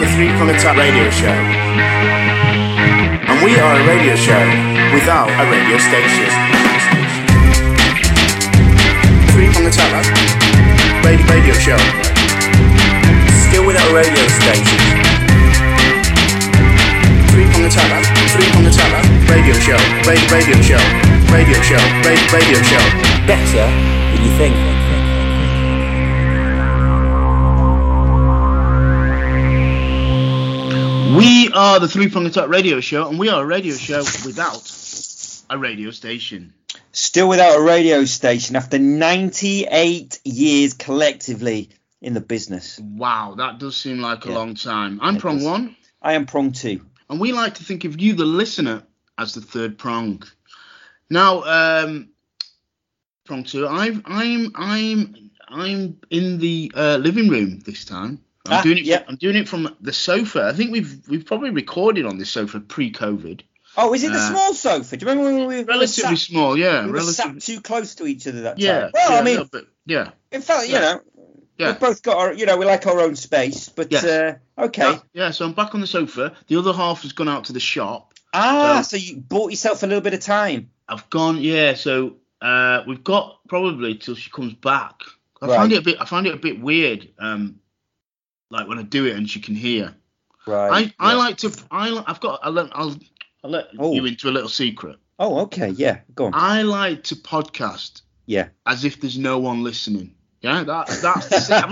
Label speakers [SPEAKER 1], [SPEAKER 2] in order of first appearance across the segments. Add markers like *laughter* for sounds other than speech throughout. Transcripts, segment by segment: [SPEAKER 1] Habitat Radio Show. And we are a radio show without a radio station. Three on the tower. Radio, radio show. Still without a radio station. Three on the tower. Three on the tower. Radio show. Radio, radio show. Radio show. Radio, radio show. Better than you think.
[SPEAKER 2] We are the Three Prong Attack Radio Show, and we are a radio show without a radio station.
[SPEAKER 3] Still without a radio station after 98 years collectively in the business.
[SPEAKER 2] Wow, that does seem like a
[SPEAKER 3] Yeah.
[SPEAKER 2] long time. I'm
[SPEAKER 3] It
[SPEAKER 2] prong
[SPEAKER 3] does.
[SPEAKER 2] one,
[SPEAKER 3] I am prong two.
[SPEAKER 2] and we like to think of you, the listener, as the third prong. Now, um, prong two, I've, I'm, I'm, I'm in the uh, living room this time. I'm
[SPEAKER 3] Ah,
[SPEAKER 2] doing it.
[SPEAKER 3] yeah.
[SPEAKER 2] I'm doing it from the sofa. I think we've we've probably recorded on this sofa pre-COVID.
[SPEAKER 3] Oh, is it the
[SPEAKER 2] Uh,
[SPEAKER 3] small sofa? Do you remember when we were
[SPEAKER 2] Relatively
[SPEAKER 3] sat,
[SPEAKER 2] small, yeah.
[SPEAKER 3] we were sat
[SPEAKER 2] relatively,
[SPEAKER 3] too close to each other that
[SPEAKER 2] yeah.
[SPEAKER 3] time? Well,
[SPEAKER 2] yeah,
[SPEAKER 3] I
[SPEAKER 2] a
[SPEAKER 3] mean,
[SPEAKER 2] little bit, yeah.
[SPEAKER 3] in fact, you
[SPEAKER 2] Yeah.
[SPEAKER 3] know,
[SPEAKER 2] Yeah.
[SPEAKER 3] we've both got our, you know, we like our own space, but
[SPEAKER 2] Yes.
[SPEAKER 3] uh, okay.
[SPEAKER 2] Yeah, yeah, so I'm back on the sofa. The other half has gone out to the shop.
[SPEAKER 3] Ah,
[SPEAKER 2] Um,
[SPEAKER 3] so you bought yourself a little bit of time.
[SPEAKER 2] I've gone, yeah, so uh, we've got probably till she comes back. I
[SPEAKER 3] Right.
[SPEAKER 2] find it a bit I find it a bit weird, um, like when I do it and she can hear.
[SPEAKER 3] Right.
[SPEAKER 2] I, I
[SPEAKER 3] yeah.
[SPEAKER 2] like to I li- I've got I'll let, I'll, I'll let
[SPEAKER 3] Oh.
[SPEAKER 2] you into a little secret.
[SPEAKER 3] Oh, okay. Yeah. Go on.
[SPEAKER 2] I like to podcast
[SPEAKER 3] Yeah.
[SPEAKER 2] as if there's no one listening. Yeah, that that's the, se- I,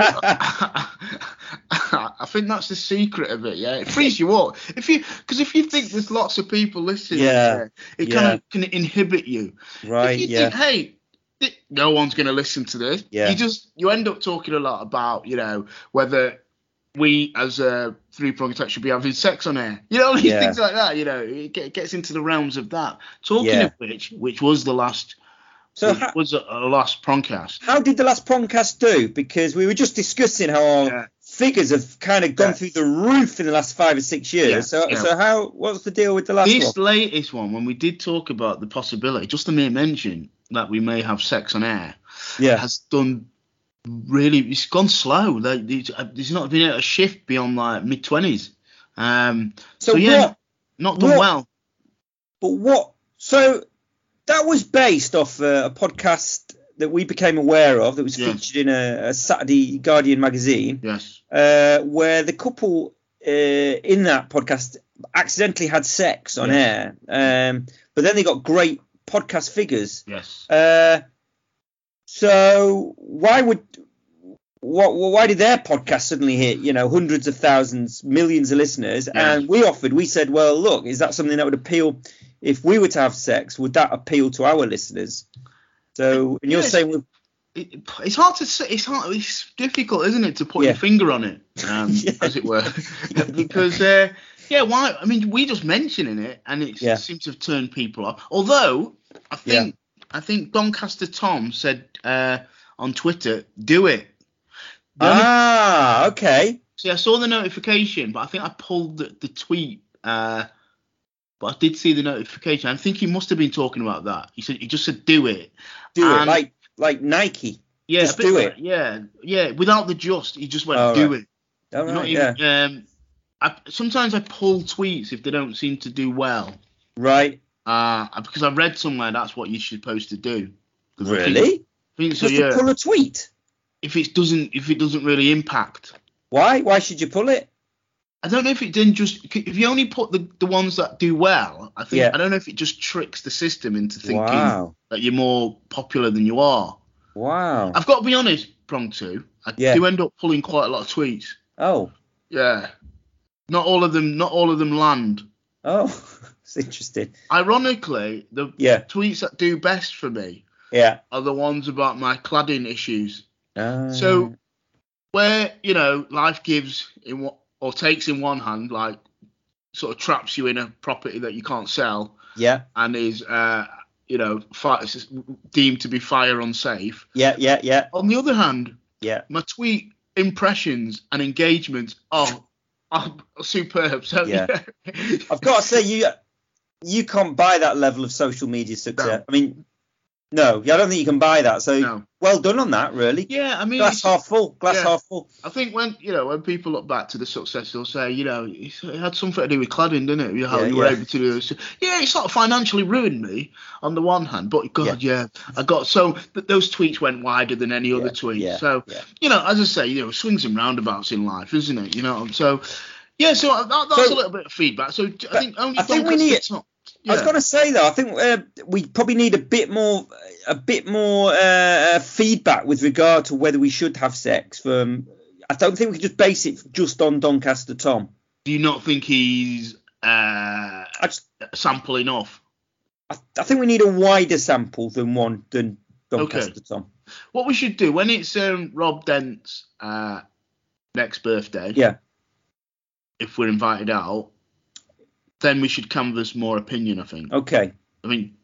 [SPEAKER 2] mean, *laughs* I think that's the secret of it. Yeah, it frees you up. If you because if you think there's lots of people listening,
[SPEAKER 3] Yeah,
[SPEAKER 2] there, it
[SPEAKER 3] yeah.
[SPEAKER 2] kind of can inhibit you.
[SPEAKER 3] Right.
[SPEAKER 2] if you
[SPEAKER 3] Yeah.
[SPEAKER 2] think, hey, th- no one's going to listen to this.
[SPEAKER 3] Yeah.
[SPEAKER 2] you just you end up talking a lot about you know whether we as a three prong attack should be having sex on air. You know, these
[SPEAKER 3] Yeah.
[SPEAKER 2] things like that. You know, it ge- gets into the realms of that. Talking
[SPEAKER 3] Yeah.
[SPEAKER 2] of which, which was the last
[SPEAKER 3] so
[SPEAKER 2] which
[SPEAKER 3] how,
[SPEAKER 2] was a, a last prongcast.
[SPEAKER 3] how did the last promcast do? Because we were just discussing how our
[SPEAKER 2] Yeah.
[SPEAKER 3] figures have kind of gone
[SPEAKER 2] Yeah.
[SPEAKER 3] through the roof in the last five or six years.
[SPEAKER 2] Yeah,
[SPEAKER 3] So,
[SPEAKER 2] yeah.
[SPEAKER 3] so how? What's the deal with the last
[SPEAKER 2] This
[SPEAKER 3] one?
[SPEAKER 2] latest one, when we did talk about the possibility, just the mere mention that we may have sex on air,
[SPEAKER 3] Yeah.
[SPEAKER 2] has done really. It's gone slow. Like it's, uh, there's not been a shift beyond like mid twenties. Um,
[SPEAKER 3] So
[SPEAKER 2] so yeah,
[SPEAKER 3] what?
[SPEAKER 2] not done
[SPEAKER 3] what-
[SPEAKER 2] well.
[SPEAKER 3] But what? So that was based off uh, a, a podcast that we became aware of that was
[SPEAKER 2] Yeah.
[SPEAKER 3] featured in a, a Saturday Guardian magazine,
[SPEAKER 2] Yes.
[SPEAKER 3] uh, where the couple uh, in that podcast accidentally had sex on air, um, but then they got great podcast figures.
[SPEAKER 2] Yes.
[SPEAKER 3] Uh, so why would what why did their podcast suddenly hit you know hundreds of thousands millions of listeners
[SPEAKER 2] Yeah.
[SPEAKER 3] and we offered we said well look is that something that would appeal if we were to have sex would that appeal to our listeners so and you're
[SPEAKER 2] Yes.
[SPEAKER 3] saying we-
[SPEAKER 2] It, it's hard to say. It's hard. It's difficult, isn't it, to put your
[SPEAKER 3] Yeah.
[SPEAKER 2] finger on it,
[SPEAKER 3] *laughs*
[SPEAKER 2] um,
[SPEAKER 3] Yeah.
[SPEAKER 2] as it were, *laughs* because uh, yeah, why? I mean, we just mentioning it, and it
[SPEAKER 3] Yeah.
[SPEAKER 2] seems to have turned people off. Although I think I think Doncaster Tom said uh, on Twitter, "Do it." The only-
[SPEAKER 3] ah okay
[SPEAKER 2] See, I saw the notification, but I think I pulled the, the tweet. Uh, but I did see the notification. I think he must have been talking about that. He said he just said do it.
[SPEAKER 3] do it
[SPEAKER 2] And-
[SPEAKER 3] like like Nike
[SPEAKER 2] Yeah,
[SPEAKER 3] Just
[SPEAKER 2] a bit
[SPEAKER 3] do
[SPEAKER 2] like-
[SPEAKER 3] it.
[SPEAKER 2] Yeah, yeah. Without the just, he just went
[SPEAKER 3] Oh,
[SPEAKER 2] do
[SPEAKER 3] right.
[SPEAKER 2] it.
[SPEAKER 3] all right
[SPEAKER 2] Not
[SPEAKER 3] yeah
[SPEAKER 2] even. Um, I, sometimes I pull tweets if they don't seem to do well.
[SPEAKER 3] right
[SPEAKER 2] Uh, because I read somewhere that's what you're supposed to do. 'Cause I think-
[SPEAKER 3] really
[SPEAKER 2] I think so.
[SPEAKER 3] just
[SPEAKER 2] Yeah.
[SPEAKER 3] to pull a tweet
[SPEAKER 2] If it doesn't, if it doesn't really impact,
[SPEAKER 3] why why should you pull it
[SPEAKER 2] I don't know if it then just if you only put the, the ones that do well, I think
[SPEAKER 3] Yeah.
[SPEAKER 2] I don't know if it just tricks the system into thinking
[SPEAKER 3] wow
[SPEAKER 2] that you're more popular than you are.
[SPEAKER 3] wow
[SPEAKER 2] I've got to be honest, prong two, I
[SPEAKER 3] Yeah.
[SPEAKER 2] do end up pulling quite a lot of tweets.
[SPEAKER 3] oh
[SPEAKER 2] Yeah, not all of them, not all of them land.
[SPEAKER 3] Oh, *laughs* it's interesting.
[SPEAKER 2] Ironically, the
[SPEAKER 3] Yeah,
[SPEAKER 2] tweets that do best for me
[SPEAKER 3] yeah.
[SPEAKER 2] are the ones about my cladding issues.
[SPEAKER 3] Uh,
[SPEAKER 2] So where you know life gives in what or takes in one hand, like sort of traps you in a property that you can't sell.
[SPEAKER 3] yeah,
[SPEAKER 2] and is uh, you know fi deemed to be fire unsafe.
[SPEAKER 3] yeah, yeah, yeah,
[SPEAKER 2] On the other hand,
[SPEAKER 3] yeah.
[SPEAKER 2] my tweet impressions and engagements are are superb. So
[SPEAKER 3] Yeah.
[SPEAKER 2] *laughs* yeah,
[SPEAKER 3] I've got to say, you you can't buy that level of social media success.
[SPEAKER 2] No.
[SPEAKER 3] I mean, no, I don't think you can buy that. So
[SPEAKER 2] no,
[SPEAKER 3] well done on that, really.
[SPEAKER 2] Yeah, I mean,
[SPEAKER 3] glass
[SPEAKER 2] it's-
[SPEAKER 3] half full. Glass
[SPEAKER 2] yeah.
[SPEAKER 3] half full.
[SPEAKER 2] I think when you know when people look back to the success, they'll say, you know, it had something to do with cladding, didn't it? You- How
[SPEAKER 3] Yeah,
[SPEAKER 2] you were
[SPEAKER 3] yeah.
[SPEAKER 2] able to do this. Yeah, it sort of financially ruined me on the one hand, but God, yeah, I got so th- those tweets went wider than any other tweet.
[SPEAKER 3] yeah,
[SPEAKER 2] so
[SPEAKER 3] yeah.
[SPEAKER 2] you know, as I say, you know, swings and roundabouts in life, isn't it? You know, so yeah, so uh, that, that's
[SPEAKER 3] So-
[SPEAKER 2] a little bit of feedback. So I think only
[SPEAKER 3] I think we
[SPEAKER 2] Bonkers
[SPEAKER 3] need-
[SPEAKER 2] gets up.
[SPEAKER 3] I was
[SPEAKER 2] Yeah.
[SPEAKER 3] going to say though, I think uh, we probably need a bit more, a bit more uh, uh, feedback with regard to whether we should have sex. From I don't think we can just base it just on Doncaster Tom.
[SPEAKER 2] Do you not think he's uh,
[SPEAKER 3] I just,
[SPEAKER 2] sampling off?
[SPEAKER 3] I, I think we need a wider sample than one than Doncaster Tom.
[SPEAKER 2] What we should do when it's um, Rob Dent's uh, next birthday,
[SPEAKER 3] Yeah,
[SPEAKER 2] if we're invited out, then we should canvass more opinion. I think.
[SPEAKER 3] okay,
[SPEAKER 2] I mean,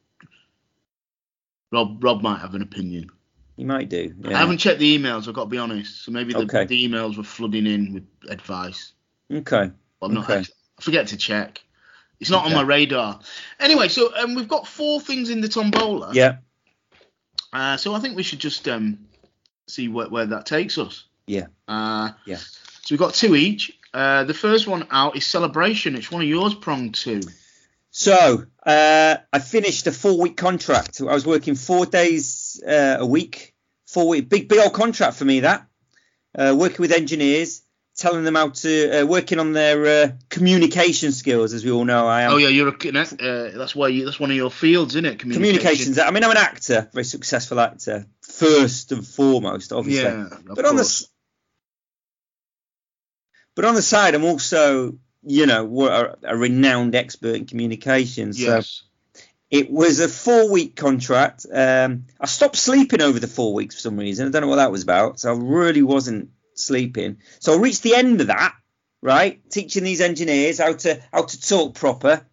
[SPEAKER 2] Rob Rob might have an opinion.
[SPEAKER 3] you might do.
[SPEAKER 2] I
[SPEAKER 3] Yeah.
[SPEAKER 2] haven't checked the emails. I've got to be honest. So maybe the,
[SPEAKER 3] Okay.
[SPEAKER 2] the emails were flooding in with advice.
[SPEAKER 3] Okay,
[SPEAKER 2] Well, I'm not.
[SPEAKER 3] Okay.
[SPEAKER 2] act- I forget to check. It's not
[SPEAKER 3] Okay.
[SPEAKER 2] on my radar. Anyway, so um, we've got four things in the tombola.
[SPEAKER 3] yeah,
[SPEAKER 2] Uh, so I think we should just um, see where, where that takes us.
[SPEAKER 3] yeah,
[SPEAKER 2] Uh,
[SPEAKER 3] Yeah.
[SPEAKER 2] So we've got two each. Uh, the first one out is Celebration. It's one of yours, prong two.
[SPEAKER 3] So uh, I finished a four-week contract. I was working four days uh, a week, four week big big old contract for me. That uh, working with engineers, telling them how to uh, working on their uh, communication skills, as we all know. I am
[SPEAKER 2] Oh yeah, you're a connect. Uh, that's why you, that's one of your fields, isn't it? Communication.
[SPEAKER 3] communications. I mean, I'm an actor, very successful actor, first and foremost, obviously.
[SPEAKER 2] Yeah. Of
[SPEAKER 3] but on the
[SPEAKER 2] course.
[SPEAKER 3] s- but on the side, I'm also you know wa- a, a renowned expert in communications. So
[SPEAKER 2] yes.
[SPEAKER 3] It was a four week contract. Um, I stopped sleeping over the four weeks for some reason. I don't know what that was about. So I really wasn't sleeping. So I reached the end of that, right? Teaching these engineers how to how to talk proper,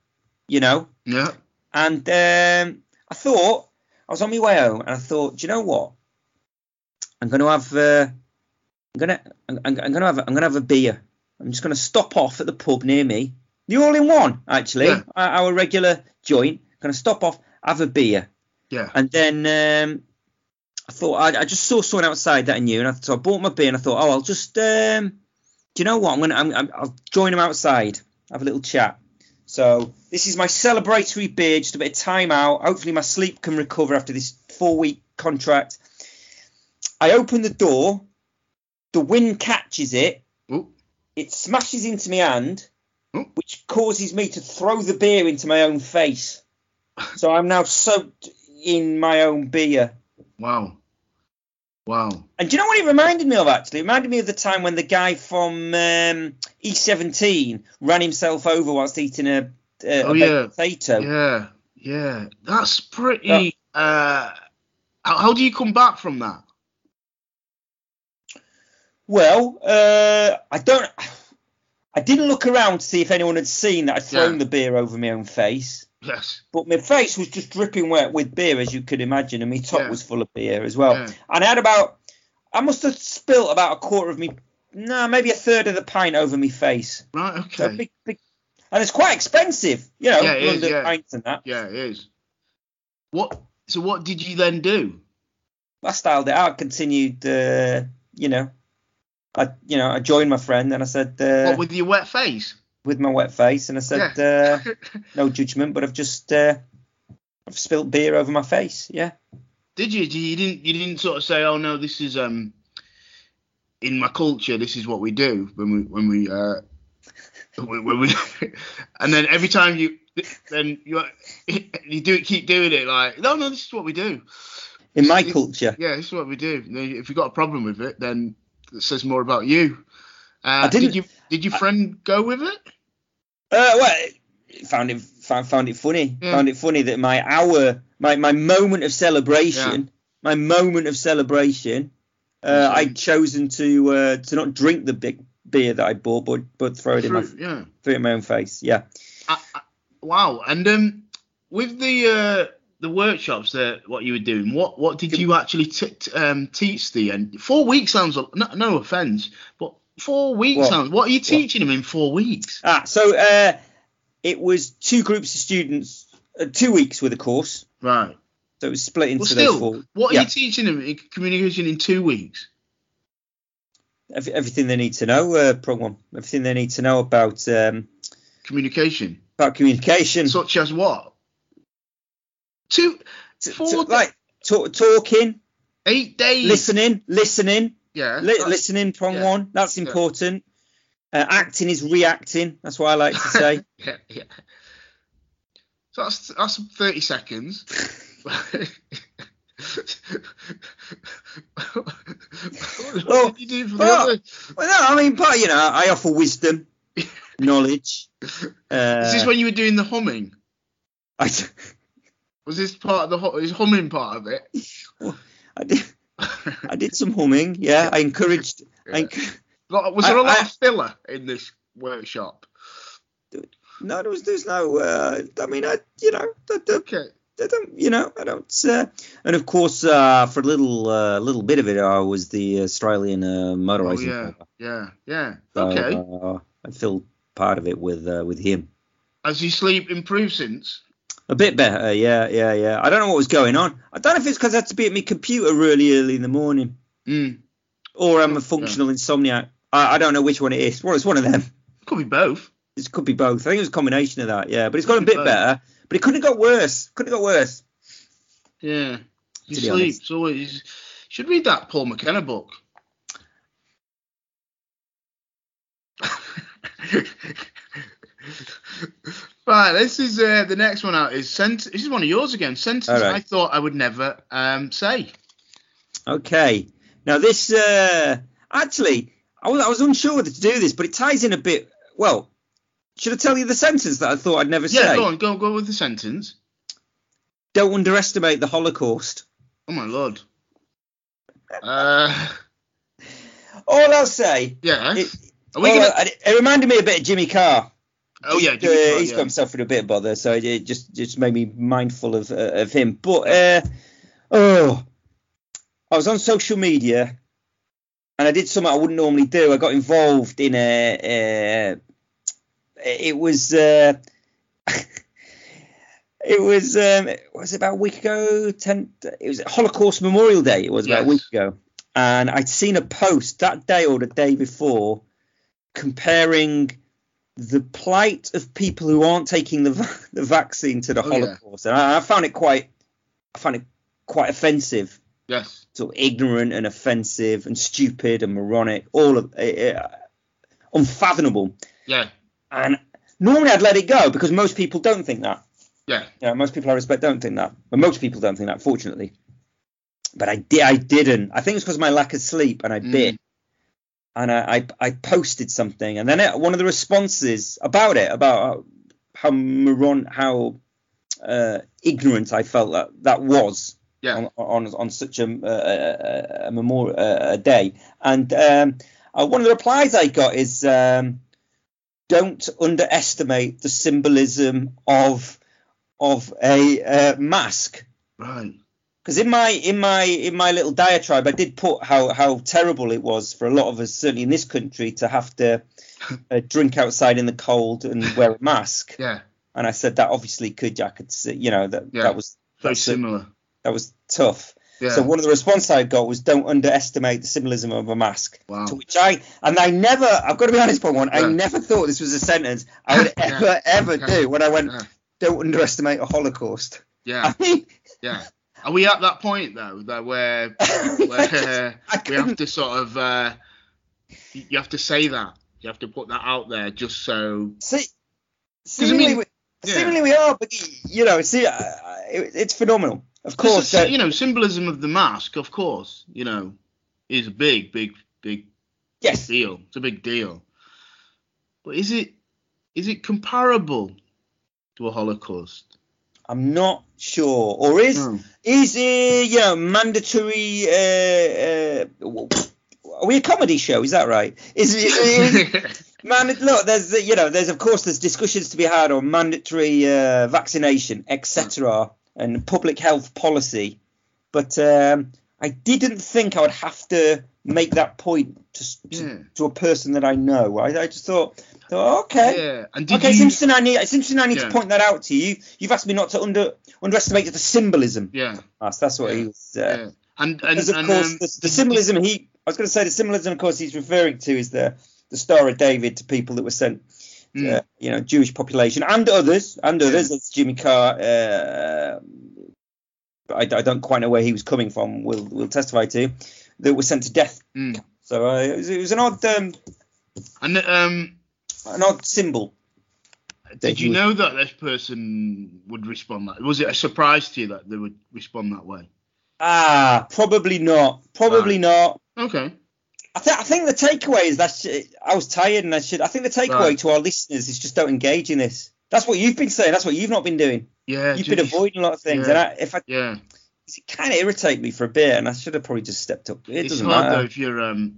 [SPEAKER 3] you know.
[SPEAKER 2] Yeah.
[SPEAKER 3] And um, I thought I was on my way home, and I thought, do you know what? I'm going to have uh, I'm going to I'm, I'm going to have I'm going to have a beer. I'm just going to stop off at the pub near me. The all in one, actually,
[SPEAKER 2] Yeah.
[SPEAKER 3] our, our regular joint. Going to stop off, have a beer,
[SPEAKER 2] Yeah.
[SPEAKER 3] and then um, I thought I, I just saw someone outside that I knew, and I, so I bought my beer, and I thought, oh, I'll just um, do you know what? I'm gonna I'm, I'm, I'll join them outside, have a little chat. So this is my celebratory beer, just a bit of time out. Hopefully my sleep can recover after this four week contract. I open the door, the wind catches it,
[SPEAKER 2] Ooh.
[SPEAKER 3] it smashes into my hand,
[SPEAKER 2] Oh.
[SPEAKER 3] which causes me to throw the beer into my own face. So I'm now soaked in my own beer.
[SPEAKER 2] Wow. Wow.
[SPEAKER 3] And do you know what it reminded me of? Actually, it reminded me of the time when the guy from um, E17 ran himself over whilst eating a, a,
[SPEAKER 2] Oh,
[SPEAKER 3] a baked
[SPEAKER 2] yeah.
[SPEAKER 3] potato.
[SPEAKER 2] Yeah. Yeah. That's pretty. Uh, how, how do you come back from that?
[SPEAKER 3] Well, uh, I don't. I didn't look around to see if anyone had seen that I'd thrown
[SPEAKER 2] Yeah.
[SPEAKER 3] the beer over my own face,
[SPEAKER 2] Yes.
[SPEAKER 3] but my face was just dripping wet with beer, as you could imagine, and my top
[SPEAKER 2] Yeah.
[SPEAKER 3] was full of beer as well.
[SPEAKER 2] Yeah.
[SPEAKER 3] And I had about, I must have spilt about a quarter of me, no, maybe a third of the pint over my face.
[SPEAKER 2] Right.
[SPEAKER 3] So
[SPEAKER 2] Okay.
[SPEAKER 3] big, big, and it's quite expensive, you know,
[SPEAKER 2] Yeah, it is,
[SPEAKER 3] London
[SPEAKER 2] yeah.
[SPEAKER 3] pints and that.
[SPEAKER 2] yeah. It is. What? So what did you then do?
[SPEAKER 3] I styled it out, continued, uh, you know, I, you know, I joined my friend and I said uh,
[SPEAKER 2] what with your wet face?
[SPEAKER 3] with my wet face and I said
[SPEAKER 2] Yeah.
[SPEAKER 3] uh, no judgment, but I've just uh, I've spilt beer over my face. Yeah,
[SPEAKER 2] *laughs* Did you? Did- You didn't. You didn't sort of say, "Oh no, this is um, in my culture, this is what we do when we when we uh, *laughs* when when we." *laughs* and then every time you, then you *laughs* you do keep doing it like, "No, no, this is what we do.
[SPEAKER 3] in my
[SPEAKER 2] It-
[SPEAKER 3] culture,
[SPEAKER 2] Yeah, this is what we do. And then If you've got a problem with it, then it says more about you." Uh,
[SPEAKER 3] I didn't-
[SPEAKER 2] Did, you, did your friend go with it?
[SPEAKER 3] uh, well, found it found, found it funny,
[SPEAKER 2] Yeah.
[SPEAKER 3] found it funny that my hour, my my moment of celebration, my moment of celebration, uh,
[SPEAKER 2] Mhm.
[SPEAKER 3] I'd chosen to uh, to not drink the big beer that I bought, but but throw it in my
[SPEAKER 2] Through- yeah.
[SPEAKER 3] threw it in my own face. Yeah.
[SPEAKER 2] I, I, wow. And um, with the uh, the workshops that what you were doing, what what did you actually t- t- um, teach the end? Four weeks sounds a- no, no offense, but four weeks
[SPEAKER 3] What?
[SPEAKER 2] sounds. What are you teaching them in four weeks?
[SPEAKER 3] Ah, so uh, it was two groups of students, uh, two weeks with a course,
[SPEAKER 2] Right.
[SPEAKER 3] So it was split into
[SPEAKER 2] Well,
[SPEAKER 3] those
[SPEAKER 2] still,
[SPEAKER 3] four.
[SPEAKER 2] what are
[SPEAKER 3] yeah,
[SPEAKER 2] you teaching them in communication in two weeks?
[SPEAKER 3] ev- everything they need to know. Uh, prong one. Everything they need to know about um,
[SPEAKER 2] Communication,
[SPEAKER 3] about communication.
[SPEAKER 2] such as what? Two,
[SPEAKER 3] T- t-
[SPEAKER 2] four,
[SPEAKER 3] like ta- talking,
[SPEAKER 2] eight days.
[SPEAKER 3] listening, listening,
[SPEAKER 2] yeah,
[SPEAKER 3] li-
[SPEAKER 2] that's-
[SPEAKER 3] listening. Prong
[SPEAKER 2] yeah,
[SPEAKER 3] one. That's
[SPEAKER 2] yeah.
[SPEAKER 3] important. Uh, acting is reacting. That's what I like to say.
[SPEAKER 2] *laughs* yeah, yeah. So that's that's thirty seconds. *laughs* what
[SPEAKER 3] Oh,
[SPEAKER 2] did you do for the
[SPEAKER 3] oh,
[SPEAKER 2] other?
[SPEAKER 3] well, no, I mean, but you know, I offer
[SPEAKER 2] *laughs*
[SPEAKER 3] wisdom, knowledge. Uh,
[SPEAKER 2] Is this when you were doing the humming?
[SPEAKER 3] I, d-
[SPEAKER 2] Was this part of the hu- is humming part of it? *laughs*
[SPEAKER 3] I did, I did some humming. Yeah, I encouraged. I, enc-
[SPEAKER 2] Lot- was there a
[SPEAKER 3] I-
[SPEAKER 2] lot
[SPEAKER 3] I-
[SPEAKER 2] of filler in this workshop?
[SPEAKER 3] no, there was there's no. Uh, I mean, I you know, the, the,
[SPEAKER 2] Okay.
[SPEAKER 3] I don't, you know, I don't. Uh, and of course, uh, for a little, uh, little bit of it, I was the Australian uh,
[SPEAKER 2] Oh
[SPEAKER 3] motorising.
[SPEAKER 2] yeah,
[SPEAKER 3] driver.
[SPEAKER 2] yeah, yeah.
[SPEAKER 3] So,
[SPEAKER 2] Okay.
[SPEAKER 3] Uh, I filled part of it with uh, with him.
[SPEAKER 2] Has your sleep improved since?
[SPEAKER 3] A bit better, yeah, yeah, yeah. I don't know what was going on. I don't know if it's because I had to be at my computer really early in the morning,
[SPEAKER 2] Mm.
[SPEAKER 3] or I'm a functional insomniac. I, I don't know which one it is. Well, it's one of them.
[SPEAKER 2] Could be both.
[SPEAKER 3] It could be both. I think it was a combination of that, yeah. But it's got a
[SPEAKER 2] Could be
[SPEAKER 3] bit
[SPEAKER 2] both.
[SPEAKER 3] better. But it couldn't have got worse. Couldn't have got worse.
[SPEAKER 2] Yeah. Your
[SPEAKER 3] To be
[SPEAKER 2] sleep.
[SPEAKER 3] honest.
[SPEAKER 2] It's always. Should read that Paul McKenna book. *laughs* right. This is uh, the next one out. Is sent. This is one of yours again. Sentence
[SPEAKER 3] All right.
[SPEAKER 2] I thought I would never um, say.
[SPEAKER 3] Okay. Now this uh actually I was, I was unsure whether to do this, but it ties in a bit well, should I tell you the sentence that I thought I'd never
[SPEAKER 2] Yeah.
[SPEAKER 3] say?
[SPEAKER 2] Go on. Go go with the sentence.
[SPEAKER 3] Don't underestimate the Holocaust.
[SPEAKER 2] Oh my lord. Uh.
[SPEAKER 3] All I'll say
[SPEAKER 2] Yeah.
[SPEAKER 3] it,
[SPEAKER 2] Are we
[SPEAKER 3] all
[SPEAKER 2] gonna?
[SPEAKER 3] I- it, reminded me a bit of Jimmy Carr.
[SPEAKER 2] oh yeah.
[SPEAKER 3] He's,
[SPEAKER 2] Jimmy
[SPEAKER 3] uh,
[SPEAKER 2] Carr,
[SPEAKER 3] he's
[SPEAKER 2] yeah.
[SPEAKER 3] got himself in a bit of bother, so it, it just just made me mindful of uh, of him. But uh, oh, I was on social media, and I did something I wouldn't normally do. I got involved in a. a it was. Uh, *laughs* It was um, it was about a week ago. Ten, it was Holocaust Memorial Day. It was about a
[SPEAKER 2] Yes.
[SPEAKER 3] week ago, and I'd seen a post that day or the day before comparing the plight of people who aren't taking the va- *laughs* the vaccine to the
[SPEAKER 2] Oh, yeah.
[SPEAKER 3] Holocaust, and I, I found it quite I found it quite offensive,
[SPEAKER 2] Yes.
[SPEAKER 3] sort of ignorant and offensive and stupid and moronic, all of uh, unfathomable.
[SPEAKER 2] Yeah.
[SPEAKER 3] And normally I'd let it go because most people don't think that.
[SPEAKER 2] Yeah.
[SPEAKER 3] Yeah, most people I respect don't think that. But most people don't think that, fortunately. But I did. I didn't. I think it's because of my lack of sleep, and I
[SPEAKER 2] Mm.
[SPEAKER 3] did. And I, I I posted something, and then it, one of the responses about it, about uh, how moron, how uh, ignorant I felt that that was
[SPEAKER 2] Yeah.
[SPEAKER 3] on, on on such a a, a, memorial a, a day. And um, uh, one of the replies I got is, um, "Don't underestimate the symbolism of of a uh, mask."
[SPEAKER 2] Right.
[SPEAKER 3] because in my in my in my little diatribe, I did put how how terrible it was for a lot of us, certainly in this country, to have to uh, drink outside in the cold and wear a mask.
[SPEAKER 2] *laughs* Yeah.
[SPEAKER 3] And I said that obviously could I could see, you know that
[SPEAKER 2] Yeah.
[SPEAKER 3] that was
[SPEAKER 2] Very
[SPEAKER 3] That's it.
[SPEAKER 2] similar.
[SPEAKER 3] that was tough.
[SPEAKER 2] Yeah.
[SPEAKER 3] So one of the response I got was don't underestimate the symbolism of a mask.
[SPEAKER 2] Wow.
[SPEAKER 3] To which I and I never I've got to be honest, for one,
[SPEAKER 2] Oh. Yeah.
[SPEAKER 3] I never thought this was a sentence I would
[SPEAKER 2] *laughs* Yeah.
[SPEAKER 3] ever ever
[SPEAKER 2] Yeah.
[SPEAKER 3] do when I went
[SPEAKER 2] Yeah.
[SPEAKER 3] don't underestimate a Holocaust.
[SPEAKER 2] Yeah.
[SPEAKER 3] I mean, *laughs*
[SPEAKER 2] Yeah. Are we at that point though, that where *laughs* where
[SPEAKER 3] I
[SPEAKER 2] we have
[SPEAKER 3] couldn't-
[SPEAKER 2] to sort of uh, y- you have to say that, you have to put that out there just so.
[SPEAKER 3] See,
[SPEAKER 2] I
[SPEAKER 3] seemingly,
[SPEAKER 2] mean,
[SPEAKER 3] we,
[SPEAKER 2] yeah.
[SPEAKER 3] seemingly we are, but you know, see, uh, it, it's phenomenal. Of course,
[SPEAKER 2] Just,
[SPEAKER 3] uh,
[SPEAKER 2] you know, symbolism of the mask, of course, you know, is a big, big, big
[SPEAKER 3] yes,
[SPEAKER 2] deal. It's a big deal. But is it is it comparable to a Holocaust?
[SPEAKER 3] I'm not sure, or is
[SPEAKER 2] No.
[SPEAKER 3] is it you know mandatory? Uh, uh, are we a comedy show? Is that right? Is it, is
[SPEAKER 2] *laughs*
[SPEAKER 3] it man? Look, there's uh, you know, there's of course there's discussions to be had on mandatory uh, vaccination, etc., and public health policy, but um, I I didn't think I would have to make that point to s- to,
[SPEAKER 2] Yeah.
[SPEAKER 3] to a person that I know. I, I just thought, thought okay.
[SPEAKER 2] Yeah. And did
[SPEAKER 3] Okay, it's
[SPEAKER 2] you?
[SPEAKER 3] interesting. I need. It's interesting. I need
[SPEAKER 2] Yeah.
[SPEAKER 3] to point that out to you. You've asked me not to under underestimate the symbolism.
[SPEAKER 2] Yeah.
[SPEAKER 3] That's, that's what he was. Uh,
[SPEAKER 2] Yeah. And and,
[SPEAKER 3] because of
[SPEAKER 2] and
[SPEAKER 3] course
[SPEAKER 2] um,
[SPEAKER 3] the, the symbolism he I was going to say the symbolism of course he's referring to is the the Star of David to people that were sent
[SPEAKER 2] Mm.
[SPEAKER 3] uh, you know Jewish population and others and others as Jimmy Carr uh, I, I don't quite know where he was coming from we'll we'll testify to that were sent to death
[SPEAKER 2] mm.
[SPEAKER 3] so uh, it, was, it was an odd um,
[SPEAKER 2] and um,
[SPEAKER 3] an odd symbol
[SPEAKER 2] did you know that this person would respond that? Was it a surprise to you that they would respond that way?
[SPEAKER 3] ah probably not probably not
[SPEAKER 2] Okay.
[SPEAKER 3] I, th- I think the takeaway is that sh- I was tired and I should. I think the takeaway
[SPEAKER 2] Right.
[SPEAKER 3] to our listeners is just don't engage in this. That's what you've been saying. That's what you've not been doing.
[SPEAKER 2] Yeah.
[SPEAKER 3] you've
[SPEAKER 2] geez.
[SPEAKER 3] been avoiding a lot of things,
[SPEAKER 2] Yeah.
[SPEAKER 3] and I, if I,
[SPEAKER 2] Yeah.
[SPEAKER 3] it kind of irritated me for a bit, and I should have probably just stepped up. It
[SPEAKER 2] it's
[SPEAKER 3] doesn't
[SPEAKER 2] hard
[SPEAKER 3] matter.
[SPEAKER 2] though if you're um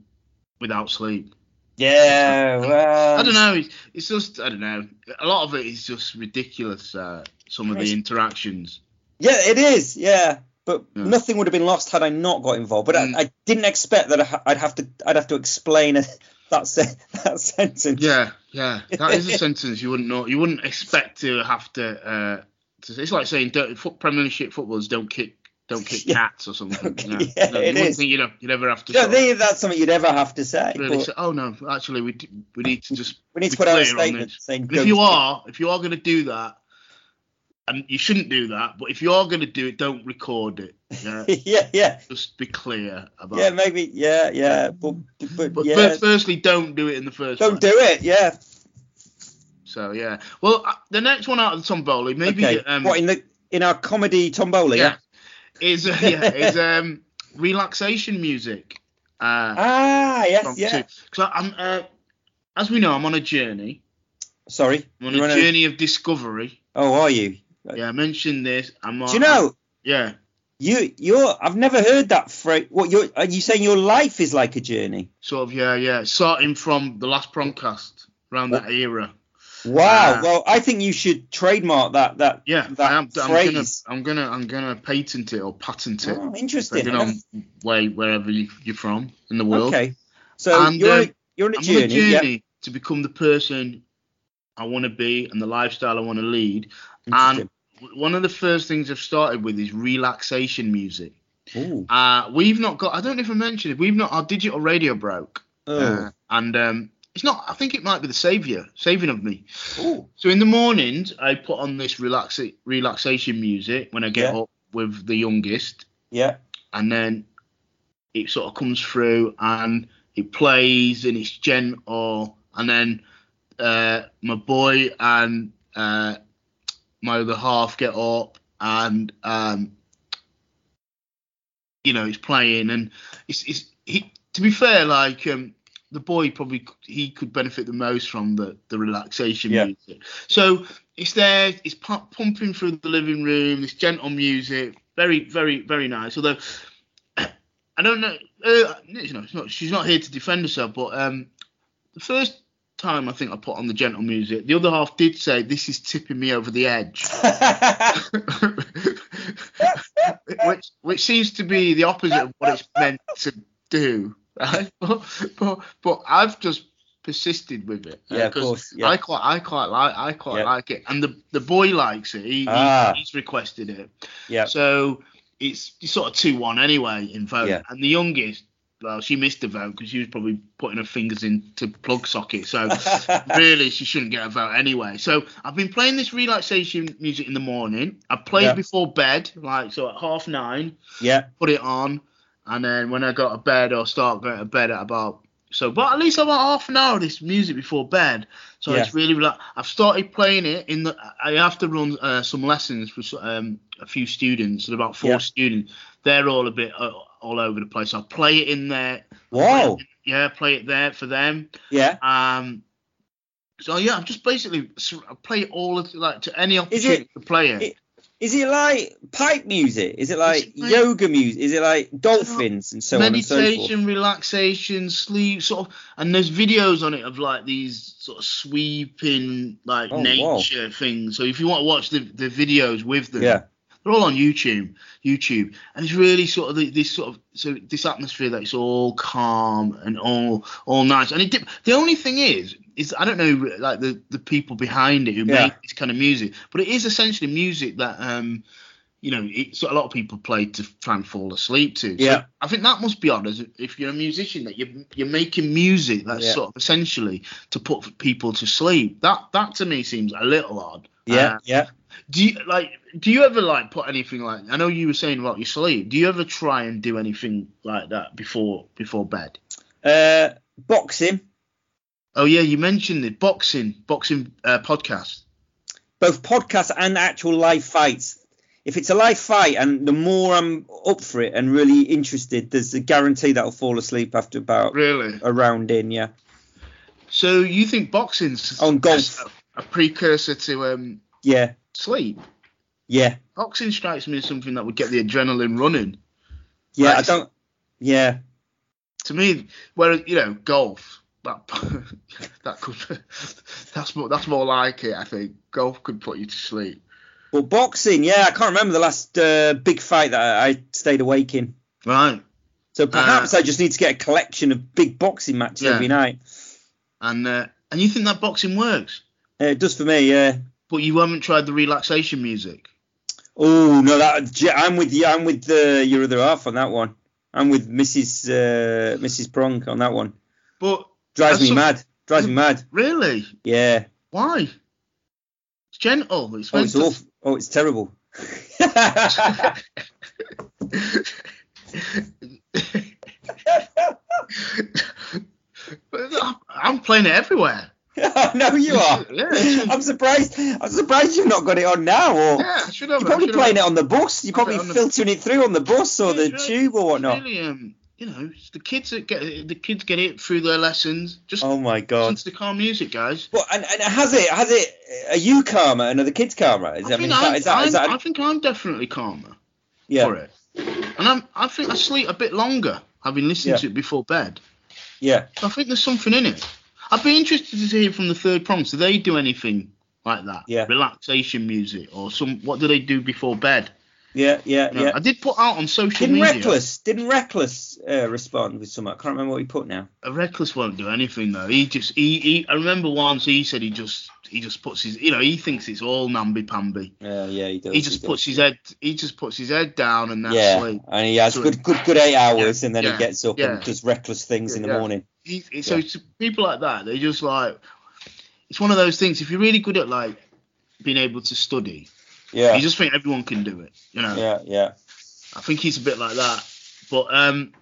[SPEAKER 2] without sleep.
[SPEAKER 3] Yeah, well,
[SPEAKER 2] I don't know. It's, it's just I don't know. A lot of it is just ridiculous. Uh, some of the
[SPEAKER 3] Christ.
[SPEAKER 2] interactions.
[SPEAKER 3] Yeah, it is. Yeah, but
[SPEAKER 2] Yeah.
[SPEAKER 3] nothing would have been lost had I not got involved. But
[SPEAKER 2] Mm.
[SPEAKER 3] I, I didn't expect that I ha- I'd have to. I'd have to explain *laughs* that se- that sentence.
[SPEAKER 2] Yeah, yeah. That is
[SPEAKER 3] *laughs*
[SPEAKER 2] a sentence you wouldn't know. You wouldn't expect to have to. Uh, to it's like saying don't, foot, Premier League footballers don't kick don't
[SPEAKER 3] *laughs*
[SPEAKER 2] kick
[SPEAKER 3] Yeah.
[SPEAKER 2] cats or something.
[SPEAKER 3] Okay,
[SPEAKER 2] you know.
[SPEAKER 3] yeah,
[SPEAKER 2] No, you
[SPEAKER 3] it
[SPEAKER 2] wouldn't
[SPEAKER 3] is.
[SPEAKER 2] think you'd, have, you'd ever have to.
[SPEAKER 3] Yeah,
[SPEAKER 2] sort of
[SPEAKER 3] they- that's something you'd ever have to say.
[SPEAKER 2] really
[SPEAKER 3] but
[SPEAKER 2] say, oh no, actually we d- we need to just.
[SPEAKER 3] we need to
[SPEAKER 2] be
[SPEAKER 3] put out
[SPEAKER 2] clear
[SPEAKER 3] a
[SPEAKER 2] on
[SPEAKER 3] statement
[SPEAKER 2] this.
[SPEAKER 3] saying.
[SPEAKER 2] And if
[SPEAKER 3] don't
[SPEAKER 2] you
[SPEAKER 3] do
[SPEAKER 2] are if you are going to do that, and you shouldn't do that, but if you are going to do it, don't record it.
[SPEAKER 3] *laughs*
[SPEAKER 2] Yeah.
[SPEAKER 3] *laughs* yeah, yeah,
[SPEAKER 2] just be clear about.
[SPEAKER 3] yeah, maybe, yeah, yeah, but, but,
[SPEAKER 2] But
[SPEAKER 3] yeah,
[SPEAKER 2] fir- firstly, don't do it in the 1st
[SPEAKER 3] don't do it, yeah.
[SPEAKER 2] So yeah. Well, uh, the next one out of the Tomboli maybe
[SPEAKER 3] okay.
[SPEAKER 2] um,
[SPEAKER 3] what in the in our comedy tombola? Yeah.
[SPEAKER 2] *laughs* is uh,
[SPEAKER 3] *laughs*
[SPEAKER 2] yeah is um relaxation music. Uh,
[SPEAKER 3] Ah, yes, yeah.
[SPEAKER 2] Because I'm uh, as we know, I'm on a journey.
[SPEAKER 3] Sorry.
[SPEAKER 2] I'm on
[SPEAKER 3] You're
[SPEAKER 2] a
[SPEAKER 3] on a-
[SPEAKER 2] journey of discovery.
[SPEAKER 3] Oh, are you?
[SPEAKER 2] Yeah, I mentioned this. I'm on.
[SPEAKER 3] Do you know
[SPEAKER 2] Yeah.
[SPEAKER 3] you you're? I've never heard that phrase. What you are you saying? Your life is like a journey.
[SPEAKER 2] Sort of. Yeah, yeah. Starting from the last promcast around that era.
[SPEAKER 3] Wow.
[SPEAKER 2] Ah.
[SPEAKER 3] well, I think you should trademark that that
[SPEAKER 2] Yeah,
[SPEAKER 3] that
[SPEAKER 2] I am, I'm gonna,
[SPEAKER 3] phrase.
[SPEAKER 2] I'm gonna, I'm gonna patent it or patent it.
[SPEAKER 3] Oh, interesting.
[SPEAKER 2] depending on way wherever you, you're from in the world.
[SPEAKER 3] Okay. So
[SPEAKER 2] And,
[SPEAKER 3] you're on
[SPEAKER 2] um,
[SPEAKER 3] a, you're on a
[SPEAKER 2] I'm
[SPEAKER 3] journey.
[SPEAKER 2] on a journey to become the person I want to be and the lifestyle I want to lead.
[SPEAKER 3] Yeah.
[SPEAKER 2] And w- one of the first things I've started with is relaxation music.
[SPEAKER 3] Interesting. Ooh.
[SPEAKER 2] Uh, we've not got, I don't know if I mentioned it, we've not, our digital radio broke.
[SPEAKER 3] Oh.
[SPEAKER 2] Uh, and um, it's not, I think it might be the savior, saving of me.
[SPEAKER 3] Oh, Ooh.
[SPEAKER 2] So in the mornings, I put on this relaxa- relaxation music when I get
[SPEAKER 3] Yeah.
[SPEAKER 2] up with the youngest
[SPEAKER 3] Yeah. *laughs*
[SPEAKER 2] and then it sort of comes through and it plays and it's gentle and then uh, my boy and uh, my other half get up and um, you know it's playing and it's, it's he, to be fair like um, the boy probably c- he could benefit the most from the, the relaxation
[SPEAKER 3] Yeah.
[SPEAKER 2] music so it's there it's pu- pumping through the living room this gentle music very very very nice although I don't know. Uh, you know, it's not, she's not here to defend herself, but um, the first time I think I put on the gentle music, the other half did say, "This is tipping me over the edge," *laughs* which which seems to be the opposite of what it's meant to do. Right? *laughs* But, but but I've just persisted with it. uh,
[SPEAKER 3] Yeah, of
[SPEAKER 2] 'cause
[SPEAKER 3] course, yeah.
[SPEAKER 2] I quite I quite like I quite
[SPEAKER 3] Yeah.
[SPEAKER 2] like it, and the the boy likes it. He,
[SPEAKER 3] Ah.
[SPEAKER 2] he, he's requested it.
[SPEAKER 3] yeah.
[SPEAKER 2] So it's, it's sort of two one anyway in vote.
[SPEAKER 3] Yeah.
[SPEAKER 2] And the youngest, well, she missed a vote because she was probably putting her fingers into plug
[SPEAKER 3] *laughs*
[SPEAKER 2] socket. So really, she shouldn't get a vote anyway. So I've been playing this relaxation music in the morning. I played
[SPEAKER 3] Yeah.
[SPEAKER 2] before bed, like so at half nine,
[SPEAKER 3] yeah.
[SPEAKER 2] put it on, and then when I go to bed or start going to bed at about so, but at least about half an hour of this music before bed. So
[SPEAKER 3] Yeah.
[SPEAKER 2] it's really relax. I've started playing it in the. I have to run uh, some lessons for s- um, a few students, and about four
[SPEAKER 3] Yeah.
[SPEAKER 2] students. They're all a bit uh, all over the place. I play it in there.
[SPEAKER 3] Wow.
[SPEAKER 2] Yeah, play it there for them.
[SPEAKER 3] Yeah.
[SPEAKER 2] Um. So yeah, I'm just basically s- I play it all of, like to any opportunity
[SPEAKER 3] it-
[SPEAKER 2] to play it.
[SPEAKER 3] it- Is it like pipe music? Is it like
[SPEAKER 2] like-
[SPEAKER 3] yoga music? Is it like dolphins and so on and so forth?
[SPEAKER 2] meditation, relaxation, sleep, sort of, and there's videos on it of like these sort of sweeping like
[SPEAKER 3] Oh, wow.
[SPEAKER 2] nature things. So if you want to watch the, the videos with them,
[SPEAKER 3] Yeah.
[SPEAKER 2] they're They're all on YouTube, YouTube, and it's really sort of the, this sort of so this atmosphere that it's all calm and all all nice. And it dip, the only thing is is I don't know like the the people behind it who
[SPEAKER 3] Yeah.
[SPEAKER 2] make this kind of music, but it is essentially music that um you know it's a lot of people play to try and fall asleep to. So
[SPEAKER 3] Yeah.
[SPEAKER 2] I think that must be odd as if you're a musician that you're you're making music that's
[SPEAKER 3] Yeah.
[SPEAKER 2] sort of essentially to put people to sleep. That that to me seems a little odd.
[SPEAKER 3] Yeah,
[SPEAKER 2] Uh,
[SPEAKER 3] yeah.
[SPEAKER 2] do you like do you ever like put anything like I know you were saying about your sleep. Do you ever try and do anything like that before before bed?
[SPEAKER 3] Uh, boxing,
[SPEAKER 2] Oh yeah, you mentioned the boxing boxing uh, podcast.
[SPEAKER 3] both podcasts and actual live fights. If it's a live fight, and the more I'm up for it and really interested, there's a guarantee that I'll fall asleep after about
[SPEAKER 2] Really?
[SPEAKER 3] a round in. Yeah.
[SPEAKER 2] So you think boxing's
[SPEAKER 3] Oh, and golf.
[SPEAKER 2] a, a precursor to um
[SPEAKER 3] Yeah.
[SPEAKER 2] sleep?
[SPEAKER 3] Yeah.
[SPEAKER 2] Boxing strikes me as something that would get the adrenaline running.
[SPEAKER 3] Yeah. I
[SPEAKER 2] Right.
[SPEAKER 3] don't. Yeah.
[SPEAKER 2] To me, whereas you know golf that *laughs* that could *laughs* that's more that's more like it. I think golf could put you to sleep.
[SPEAKER 3] But boxing, yeah, I can't remember the last uh, big fight that I, I stayed awake in.
[SPEAKER 2] Right.
[SPEAKER 3] So perhaps I just need to get a collection of big boxing matches
[SPEAKER 2] Uh, Yeah.
[SPEAKER 3] every night.
[SPEAKER 2] And uh, and you think that boxing works?
[SPEAKER 3] Uh, it does for me. Yeah.
[SPEAKER 2] But you haven't tried the relaxation music.
[SPEAKER 3] Oh no, that Je- I'm with you. I'm with uh, your other half on that one. I'm with Mrs. Uh, Mrs. Prong on that one.
[SPEAKER 2] But
[SPEAKER 3] Drives
[SPEAKER 2] That's Mm.
[SPEAKER 3] me
[SPEAKER 2] some-
[SPEAKER 3] mad. Drives me mad.
[SPEAKER 2] really,
[SPEAKER 3] Yeah.
[SPEAKER 2] why? It's gentle. It's
[SPEAKER 3] Oh, it's
[SPEAKER 2] meant
[SPEAKER 3] awful. Oh, it's terrible. *laughs*
[SPEAKER 2] to- *laughs* I'm playing it everywhere.
[SPEAKER 3] I know you are.
[SPEAKER 2] Yeah.
[SPEAKER 3] I'm surprised. I'm surprised you've not got it on now. Or
[SPEAKER 2] Yeah, I should have.
[SPEAKER 3] you're probably playing it on the bus. You're
[SPEAKER 2] I've got
[SPEAKER 3] probably
[SPEAKER 2] it on the-
[SPEAKER 3] filtering it through on the bus or the
[SPEAKER 2] Yeah,
[SPEAKER 3] tube or whatnot.
[SPEAKER 2] Really, um, you know, it's the kids that get it- the kids get it through their lessons. Just
[SPEAKER 3] Oh my
[SPEAKER 2] listen
[SPEAKER 3] god.
[SPEAKER 2] to the calm music, guys.
[SPEAKER 3] Well, and, and has it? Has it? Are you calmer and are the kids calmer? Is,
[SPEAKER 2] I,
[SPEAKER 3] that- I
[SPEAKER 2] think
[SPEAKER 3] mean, is that, is that,
[SPEAKER 2] I'm,
[SPEAKER 3] is that,
[SPEAKER 2] I think I'm definitely calmer.
[SPEAKER 3] yeah.
[SPEAKER 2] for it. And I'm, I think I sleep a bit longer having listened
[SPEAKER 3] Yeah.
[SPEAKER 2] to it before bed.
[SPEAKER 3] Yeah.
[SPEAKER 2] I think there's something in it. I'd be interested to hear from the third prong. Do they do anything like that?
[SPEAKER 3] Yeah.
[SPEAKER 2] Relaxation music or some? What do they do before bed?
[SPEAKER 3] Yeah. Yeah.
[SPEAKER 2] You know,
[SPEAKER 3] Yeah.
[SPEAKER 2] I did put out on social
[SPEAKER 3] Didn't
[SPEAKER 2] media.
[SPEAKER 3] reckless? Didn't reckless uh, respond with something? I can't remember what he put now.
[SPEAKER 2] A reckless won't do anything though. He just he, he I remember once he said he just he just puts his you know he thinks it's all namby pamby.
[SPEAKER 3] Yeah, Uh, yeah, he does.
[SPEAKER 2] He just
[SPEAKER 3] does.
[SPEAKER 2] puts his head he just puts his head down and that's
[SPEAKER 3] Yeah,
[SPEAKER 2] sleep.
[SPEAKER 3] and he has
[SPEAKER 2] So-
[SPEAKER 3] good, good, good eight hours, and then he
[SPEAKER 2] yeah,
[SPEAKER 3] gets up
[SPEAKER 2] yeah.
[SPEAKER 3] and does reckless things in the
[SPEAKER 2] Yeah.
[SPEAKER 3] morning.
[SPEAKER 2] he, he- so
[SPEAKER 3] Yeah.
[SPEAKER 2] it's people like that, they just like it's one of those things. If you're really good at like being able to study,
[SPEAKER 3] Yeah,
[SPEAKER 2] you just think everyone can do it. You know,
[SPEAKER 3] yeah, yeah.
[SPEAKER 2] I think he's a bit like that. But um,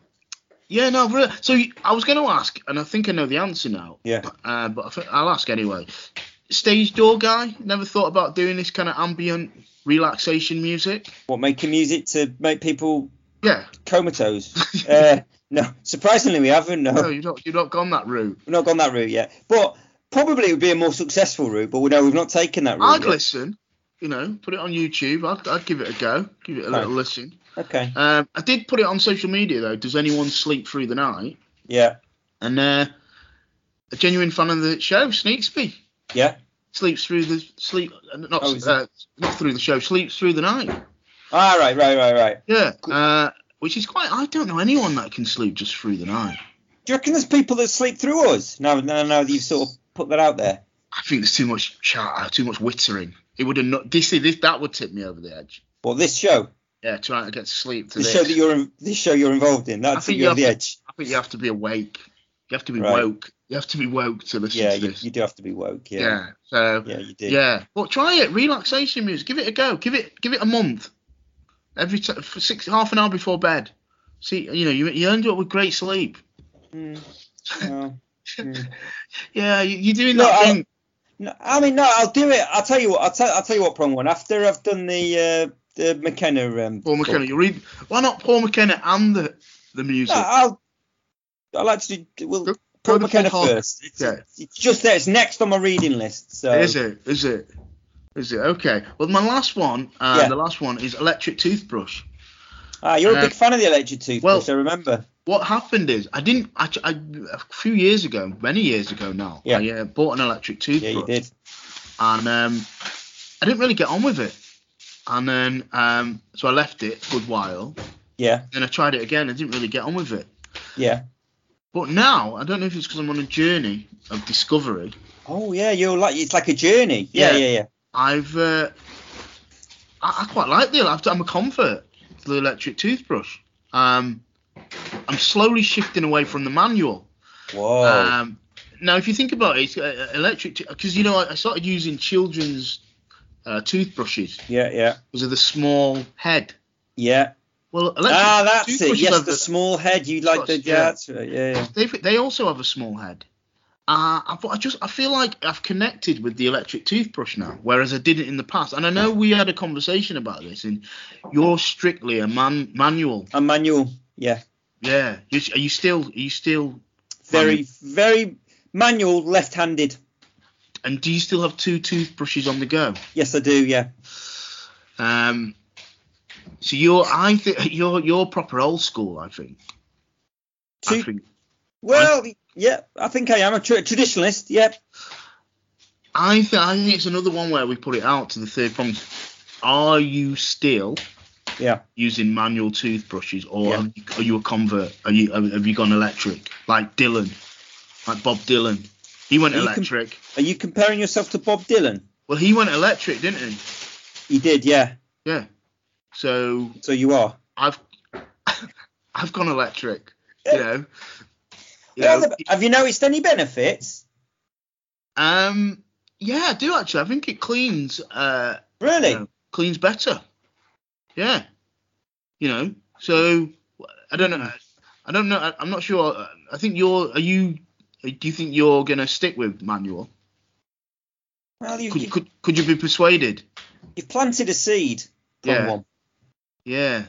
[SPEAKER 2] yeah, no. really- So you- I was going to ask, and I think I know the answer now.
[SPEAKER 3] Yeah.
[SPEAKER 2] Uh, but I think I'll ask anyway. Stage door guy, never thought about doing this kind of ambient relaxation music.
[SPEAKER 3] What making music to make people
[SPEAKER 2] Yeah. *laughs*
[SPEAKER 3] comatose? uh, no, surprisingly, we haven't. No,
[SPEAKER 2] No, you've not you've not gone that route.
[SPEAKER 3] we've not gone that route yet. But probably it would be a more successful route. But we know we've not taken that route.
[SPEAKER 2] I'd
[SPEAKER 3] yet.
[SPEAKER 2] listen. You know, put it on YouTube. I'd, I'd give it a go. Give it a
[SPEAKER 3] Right.
[SPEAKER 2] little listen.
[SPEAKER 3] Okay.
[SPEAKER 2] Um, I did put it on social media though. Does anyone sleep through the night?
[SPEAKER 3] Yeah,
[SPEAKER 2] And uh, a genuine fan of the show, Sneaksby,
[SPEAKER 3] yeah.
[SPEAKER 2] sleeps through the sleep uh, not
[SPEAKER 3] Oh, is
[SPEAKER 2] uh, not through the show, sleeps through the night.
[SPEAKER 3] All Ah, right, right, right, right.
[SPEAKER 2] Yeah,
[SPEAKER 3] Cool.
[SPEAKER 2] uh, which is quite. I don't know anyone that can sleep just through the night.
[SPEAKER 3] Do you reckon there's people that sleep through us now? Now, now that you've sort of put that out there.
[SPEAKER 2] I think there's too much chat, too much whittering. It would have not. This, this that would tip me over the edge.
[SPEAKER 3] Well, this show,
[SPEAKER 2] Yeah, trying to get to sleep to
[SPEAKER 3] the
[SPEAKER 2] this.
[SPEAKER 3] show that you're, in, this show you're involved in,
[SPEAKER 2] I
[SPEAKER 3] that's
[SPEAKER 2] think
[SPEAKER 3] you're on
[SPEAKER 2] you
[SPEAKER 3] the
[SPEAKER 2] have
[SPEAKER 3] edge.
[SPEAKER 2] I think you have to be awake. You have to be
[SPEAKER 3] Right.
[SPEAKER 2] woke. You have to be woke to listen
[SPEAKER 3] Yeah,
[SPEAKER 2] to
[SPEAKER 3] you,
[SPEAKER 2] this.
[SPEAKER 3] you do have to be woke.
[SPEAKER 2] yeah.
[SPEAKER 3] Yeah,
[SPEAKER 2] So
[SPEAKER 3] yeah, you do.
[SPEAKER 2] Yeah. Well, try it. Relaxation music. Give it a go. Give it give it a month. Every t- for six half an hour before bed. See, you know, you, you end up with great sleep.
[SPEAKER 3] Mm, no, mm.
[SPEAKER 2] Yeah, you, you're doing
[SPEAKER 3] No,
[SPEAKER 2] that
[SPEAKER 3] I-
[SPEAKER 2] thing.
[SPEAKER 3] No, I mean, no, I'll do it. I'll tell you what. I'll tell. I'll tell you what. Prong one. After I've done the uh, the McKenna. Um,
[SPEAKER 2] Paul McKenna. You read. Why not Paul McKenna and the the
[SPEAKER 3] No,
[SPEAKER 2] music?
[SPEAKER 3] I'll. I like to do. Well,
[SPEAKER 2] Go-
[SPEAKER 3] Paul
[SPEAKER 2] go the full
[SPEAKER 3] McKenna
[SPEAKER 2] hog.
[SPEAKER 3] first. It's,
[SPEAKER 2] Yeah.
[SPEAKER 3] it's just there. It's next on my reading list. So
[SPEAKER 2] Is it? Is it? Is it? Okay. Well, my last one. Uh,
[SPEAKER 3] Yeah.
[SPEAKER 2] The last one is electric toothbrush.
[SPEAKER 3] ah, you're a
[SPEAKER 2] Uh,
[SPEAKER 3] big fan of the electric toothbrush.
[SPEAKER 2] well-
[SPEAKER 3] I remember.
[SPEAKER 2] what happened is I didn't. I, I a few years ago, many years ago now.
[SPEAKER 3] Yeah.
[SPEAKER 2] I uh, bought an electric toothbrush.
[SPEAKER 3] Yeah, you did.
[SPEAKER 2] And um, I didn't really get on with it. and then um, so I left it a good while.
[SPEAKER 3] Yeah,
[SPEAKER 2] Then I tried it again. I didn't really get on with it.
[SPEAKER 3] yeah.
[SPEAKER 2] But now I don't know if it's because I'm on a journey of discovery.
[SPEAKER 3] Oh yeah, you're like it's like a journey. Yeah,
[SPEAKER 2] Yeah.
[SPEAKER 3] yeah, yeah.
[SPEAKER 2] I've uh, I, I quite like the. I've, I'm a convert to the electric toothbrush. Um, I'm slowly shifting away from the manual.
[SPEAKER 3] Whoa.
[SPEAKER 2] Um, now, if you think about it, it's, uh, uh, electric because you know I, I started using children's uh, toothbrushes
[SPEAKER 3] yeah, yeah,
[SPEAKER 2] because of the small head.
[SPEAKER 3] yeah.
[SPEAKER 2] Well, electric
[SPEAKER 3] Ah, that's it.
[SPEAKER 2] toothbrushes
[SPEAKER 3] Yes,
[SPEAKER 2] have
[SPEAKER 3] the
[SPEAKER 2] a-
[SPEAKER 3] small head. You like the
[SPEAKER 2] Trust,
[SPEAKER 3] yeah,
[SPEAKER 2] yeah.
[SPEAKER 3] that's right, yeah, yeah.
[SPEAKER 2] they they also have a small head. Uh, I, I just I feel like I've connected with the electric toothbrush now, whereas I didn't in the past. And I know we had a conversation about this, and you're strictly a man manual.
[SPEAKER 3] A manual. Yeah,
[SPEAKER 2] Yeah, you, are you still are you still
[SPEAKER 3] very, very manual, left-handed.
[SPEAKER 2] and do you still have two toothbrushes on the go?
[SPEAKER 3] Yes, I do. Yeah.
[SPEAKER 2] Um, so you're I think *laughs* you're you're proper old school. I think. I
[SPEAKER 3] Two-
[SPEAKER 2] think
[SPEAKER 3] well, yeah. I think I am a tra- traditionalist. Yeah.
[SPEAKER 2] I, th- I think it's another one where we put it out to the third prompt. Are you still
[SPEAKER 3] Yeah.
[SPEAKER 2] using manual toothbrushes, or
[SPEAKER 3] Yeah.
[SPEAKER 2] are, you, are you a convert? Are you have you gone electric, like Dylan, like Bob Dylan? He went
[SPEAKER 3] You can-
[SPEAKER 2] electric.
[SPEAKER 3] Are you comparing yourself to Bob Dylan?
[SPEAKER 2] Well, he went electric, didn't he?
[SPEAKER 3] You did, yeah.
[SPEAKER 2] Yeah. So
[SPEAKER 3] So you are.
[SPEAKER 2] I've *laughs* I've gone electric. You
[SPEAKER 3] *laughs*
[SPEAKER 2] know. You
[SPEAKER 3] Well,
[SPEAKER 2] know,
[SPEAKER 3] have you noticed any benefits?
[SPEAKER 2] um. Yeah, I do actually. I think it cleans. Uh,
[SPEAKER 3] Really?
[SPEAKER 2] you know, cleans better. Yeah. You know, so I don't know. I don't know. I, I'm not sure. uh, I think you're. Are you? uh, Do you think you're gonna stick with manual?
[SPEAKER 3] Well, you,
[SPEAKER 2] Could
[SPEAKER 3] you,
[SPEAKER 2] could could you be persuaded?
[SPEAKER 3] have planted a seed. from
[SPEAKER 2] Yeah.
[SPEAKER 3] one.
[SPEAKER 2] Yeah.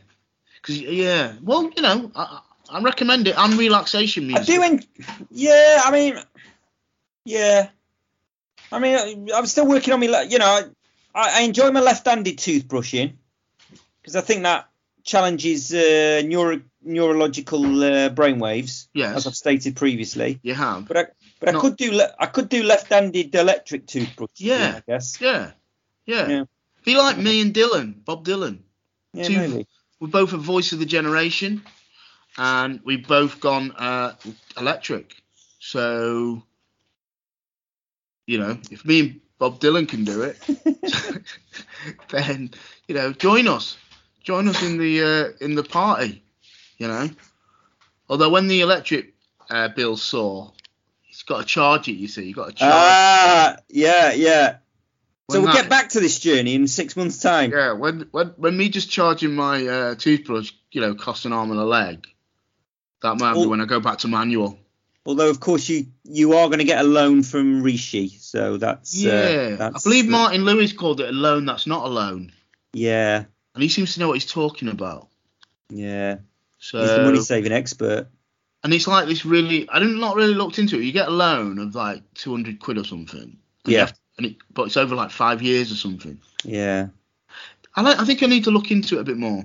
[SPEAKER 2] Cause yeah. Well, you know, I, I I recommend it. And relaxation
[SPEAKER 3] I
[SPEAKER 2] music.
[SPEAKER 3] do. En- yeah, I mean, yeah. I mean, I- I'm still working on me. le- You know, I, I enjoy my left-handed toothbrushing because I think that challenges uh, neuro- neurological uh, brainwaves, as
[SPEAKER 2] Yes.
[SPEAKER 3] I've stated previously.
[SPEAKER 2] You have.
[SPEAKER 3] But I, but I
[SPEAKER 2] Not-
[SPEAKER 3] could do le- I could do left-handed electric toothbrushing.
[SPEAKER 2] Yeah.
[SPEAKER 3] I guess.
[SPEAKER 2] Yeah. Yeah.
[SPEAKER 3] Yeah.
[SPEAKER 2] Be like me and Dylan, Bob Dylan.
[SPEAKER 3] Yeah,
[SPEAKER 2] Tooth-
[SPEAKER 3] maybe.
[SPEAKER 2] We're both a voice of the generation, and we've both gone uh, electric. So, you know, if me and Bob Dylan can do
[SPEAKER 3] *laughs*
[SPEAKER 2] it, then you know, join us, join us in the uh, in the party. You know, although when the electric uh, bill saw, it's got to charge it. You see, you got to charge.
[SPEAKER 3] Ah, yeah, yeah. So
[SPEAKER 2] When
[SPEAKER 3] we'll
[SPEAKER 2] that-
[SPEAKER 3] get back to this journey in six months' time.
[SPEAKER 2] Yeah, when when when me just charging my uh, toothbrush, you know, costs an arm and a leg. That might be
[SPEAKER 3] Oh.
[SPEAKER 2] when I go back to manual.
[SPEAKER 3] Although, of course, you you are going to get a loan from Rishi, so that's uh,
[SPEAKER 2] Yeah, I
[SPEAKER 3] that's-
[SPEAKER 2] believe Martin Lewis called it a loan that's not a loan,
[SPEAKER 3] Yeah,
[SPEAKER 2] and he seems to know what he's talking about.
[SPEAKER 3] yeah,
[SPEAKER 2] So
[SPEAKER 3] he's the money saving expert.
[SPEAKER 2] and it's like this really, I didn't not really looked into it. You get a loan of like two hundred quid or something. and you
[SPEAKER 3] Yeah.
[SPEAKER 2] have- and it, but it's over like five years or something.
[SPEAKER 3] Yeah,
[SPEAKER 2] I like, I think I need to look into it a bit more.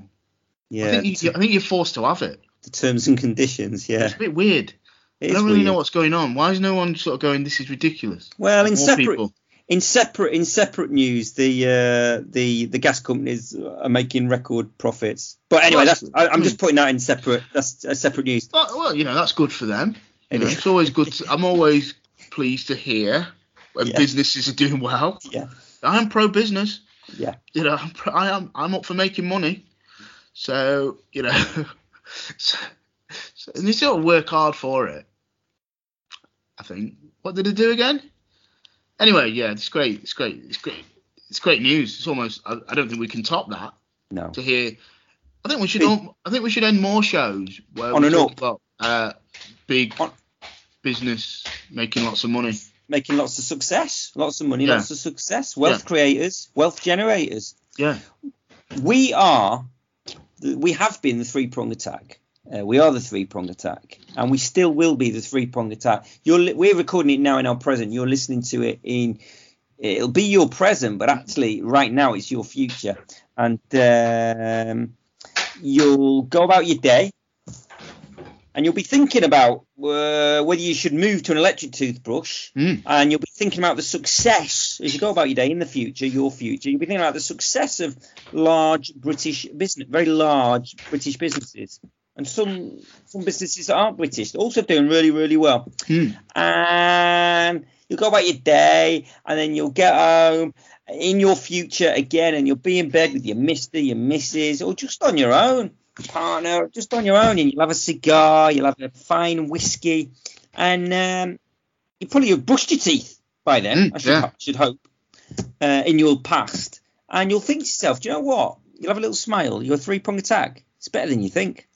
[SPEAKER 3] yeah.
[SPEAKER 2] I think you, I think you're forced to have it.
[SPEAKER 3] the terms and conditions. Yeah,
[SPEAKER 2] It's a bit weird.
[SPEAKER 3] It
[SPEAKER 2] I
[SPEAKER 3] is
[SPEAKER 2] don't really know
[SPEAKER 3] weird.
[SPEAKER 2] what's going on. Why is no one sort of going? This is ridiculous.
[SPEAKER 3] Well, in
[SPEAKER 2] More
[SPEAKER 3] separate
[SPEAKER 2] people.
[SPEAKER 3] in separate in separate news, the uh, the the gas companies are making record profits. But anyway,
[SPEAKER 2] Well,
[SPEAKER 3] that's I, I'm
[SPEAKER 2] mm.
[SPEAKER 3] just putting that in separate. That's uh, separate news.
[SPEAKER 2] Well, well, you know that's good for them. You
[SPEAKER 3] It
[SPEAKER 2] know,
[SPEAKER 3] is.
[SPEAKER 2] it's always good. To, I'm always pleased to hear when
[SPEAKER 3] Yeah.
[SPEAKER 2] businesses are doing well.
[SPEAKER 3] Yeah,
[SPEAKER 2] I'm pro-business.
[SPEAKER 3] Yeah.
[SPEAKER 2] You know, I'm pro, I am. I'm up for making money. So you know, *laughs* so, so- and they sort of work hard for it. I think. What did they do again? Anyway, yeah, it's great. It's great. It's great. It's great news. It's almost. I, I don't think we can top that.
[SPEAKER 3] no.
[SPEAKER 2] to hear. I think we should.
[SPEAKER 3] Big-
[SPEAKER 2] all- I think we should end more shows where
[SPEAKER 3] On
[SPEAKER 2] we
[SPEAKER 3] and
[SPEAKER 2] talk
[SPEAKER 3] up.
[SPEAKER 2] about uh, big
[SPEAKER 3] On-
[SPEAKER 2] business making lots of money.
[SPEAKER 3] Making lots of success, lots of money,
[SPEAKER 2] Yeah.
[SPEAKER 3] lots of success. Wealth creators, wealth generators.
[SPEAKER 2] Yeah,
[SPEAKER 3] we are we have been the three prong attack uh, we are the three prong attack and we still will be the three prong attack you're li- we're recording it now in our present you're listening to it in it'll be your present but actually right now it's your future and um, you'll go about your day and you'll be thinking about uh, whether you should move to an electric toothbrush,
[SPEAKER 2] Mm.
[SPEAKER 3] and you'll be thinking about the success as you go about your day in the future, your future. You'll be thinking about the success of large British business, very large British businesses, and some some businesses that aren't British also doing really really well
[SPEAKER 2] Mm.
[SPEAKER 3] and you'll go about your day and then you'll get home in your future again and you'll be in bed with your mister, your missus, or just on your own, partner, just on your own, and you'll have a cigar, you'll have a fine whiskey, and um, you probably have brushed your teeth by then,
[SPEAKER 2] Mm,
[SPEAKER 3] I should,
[SPEAKER 2] yeah.
[SPEAKER 3] ho- should hope, uh, in your past. And you'll think to yourself, do you know what? You'll have a little smile, your three prong attack. It's better than you think.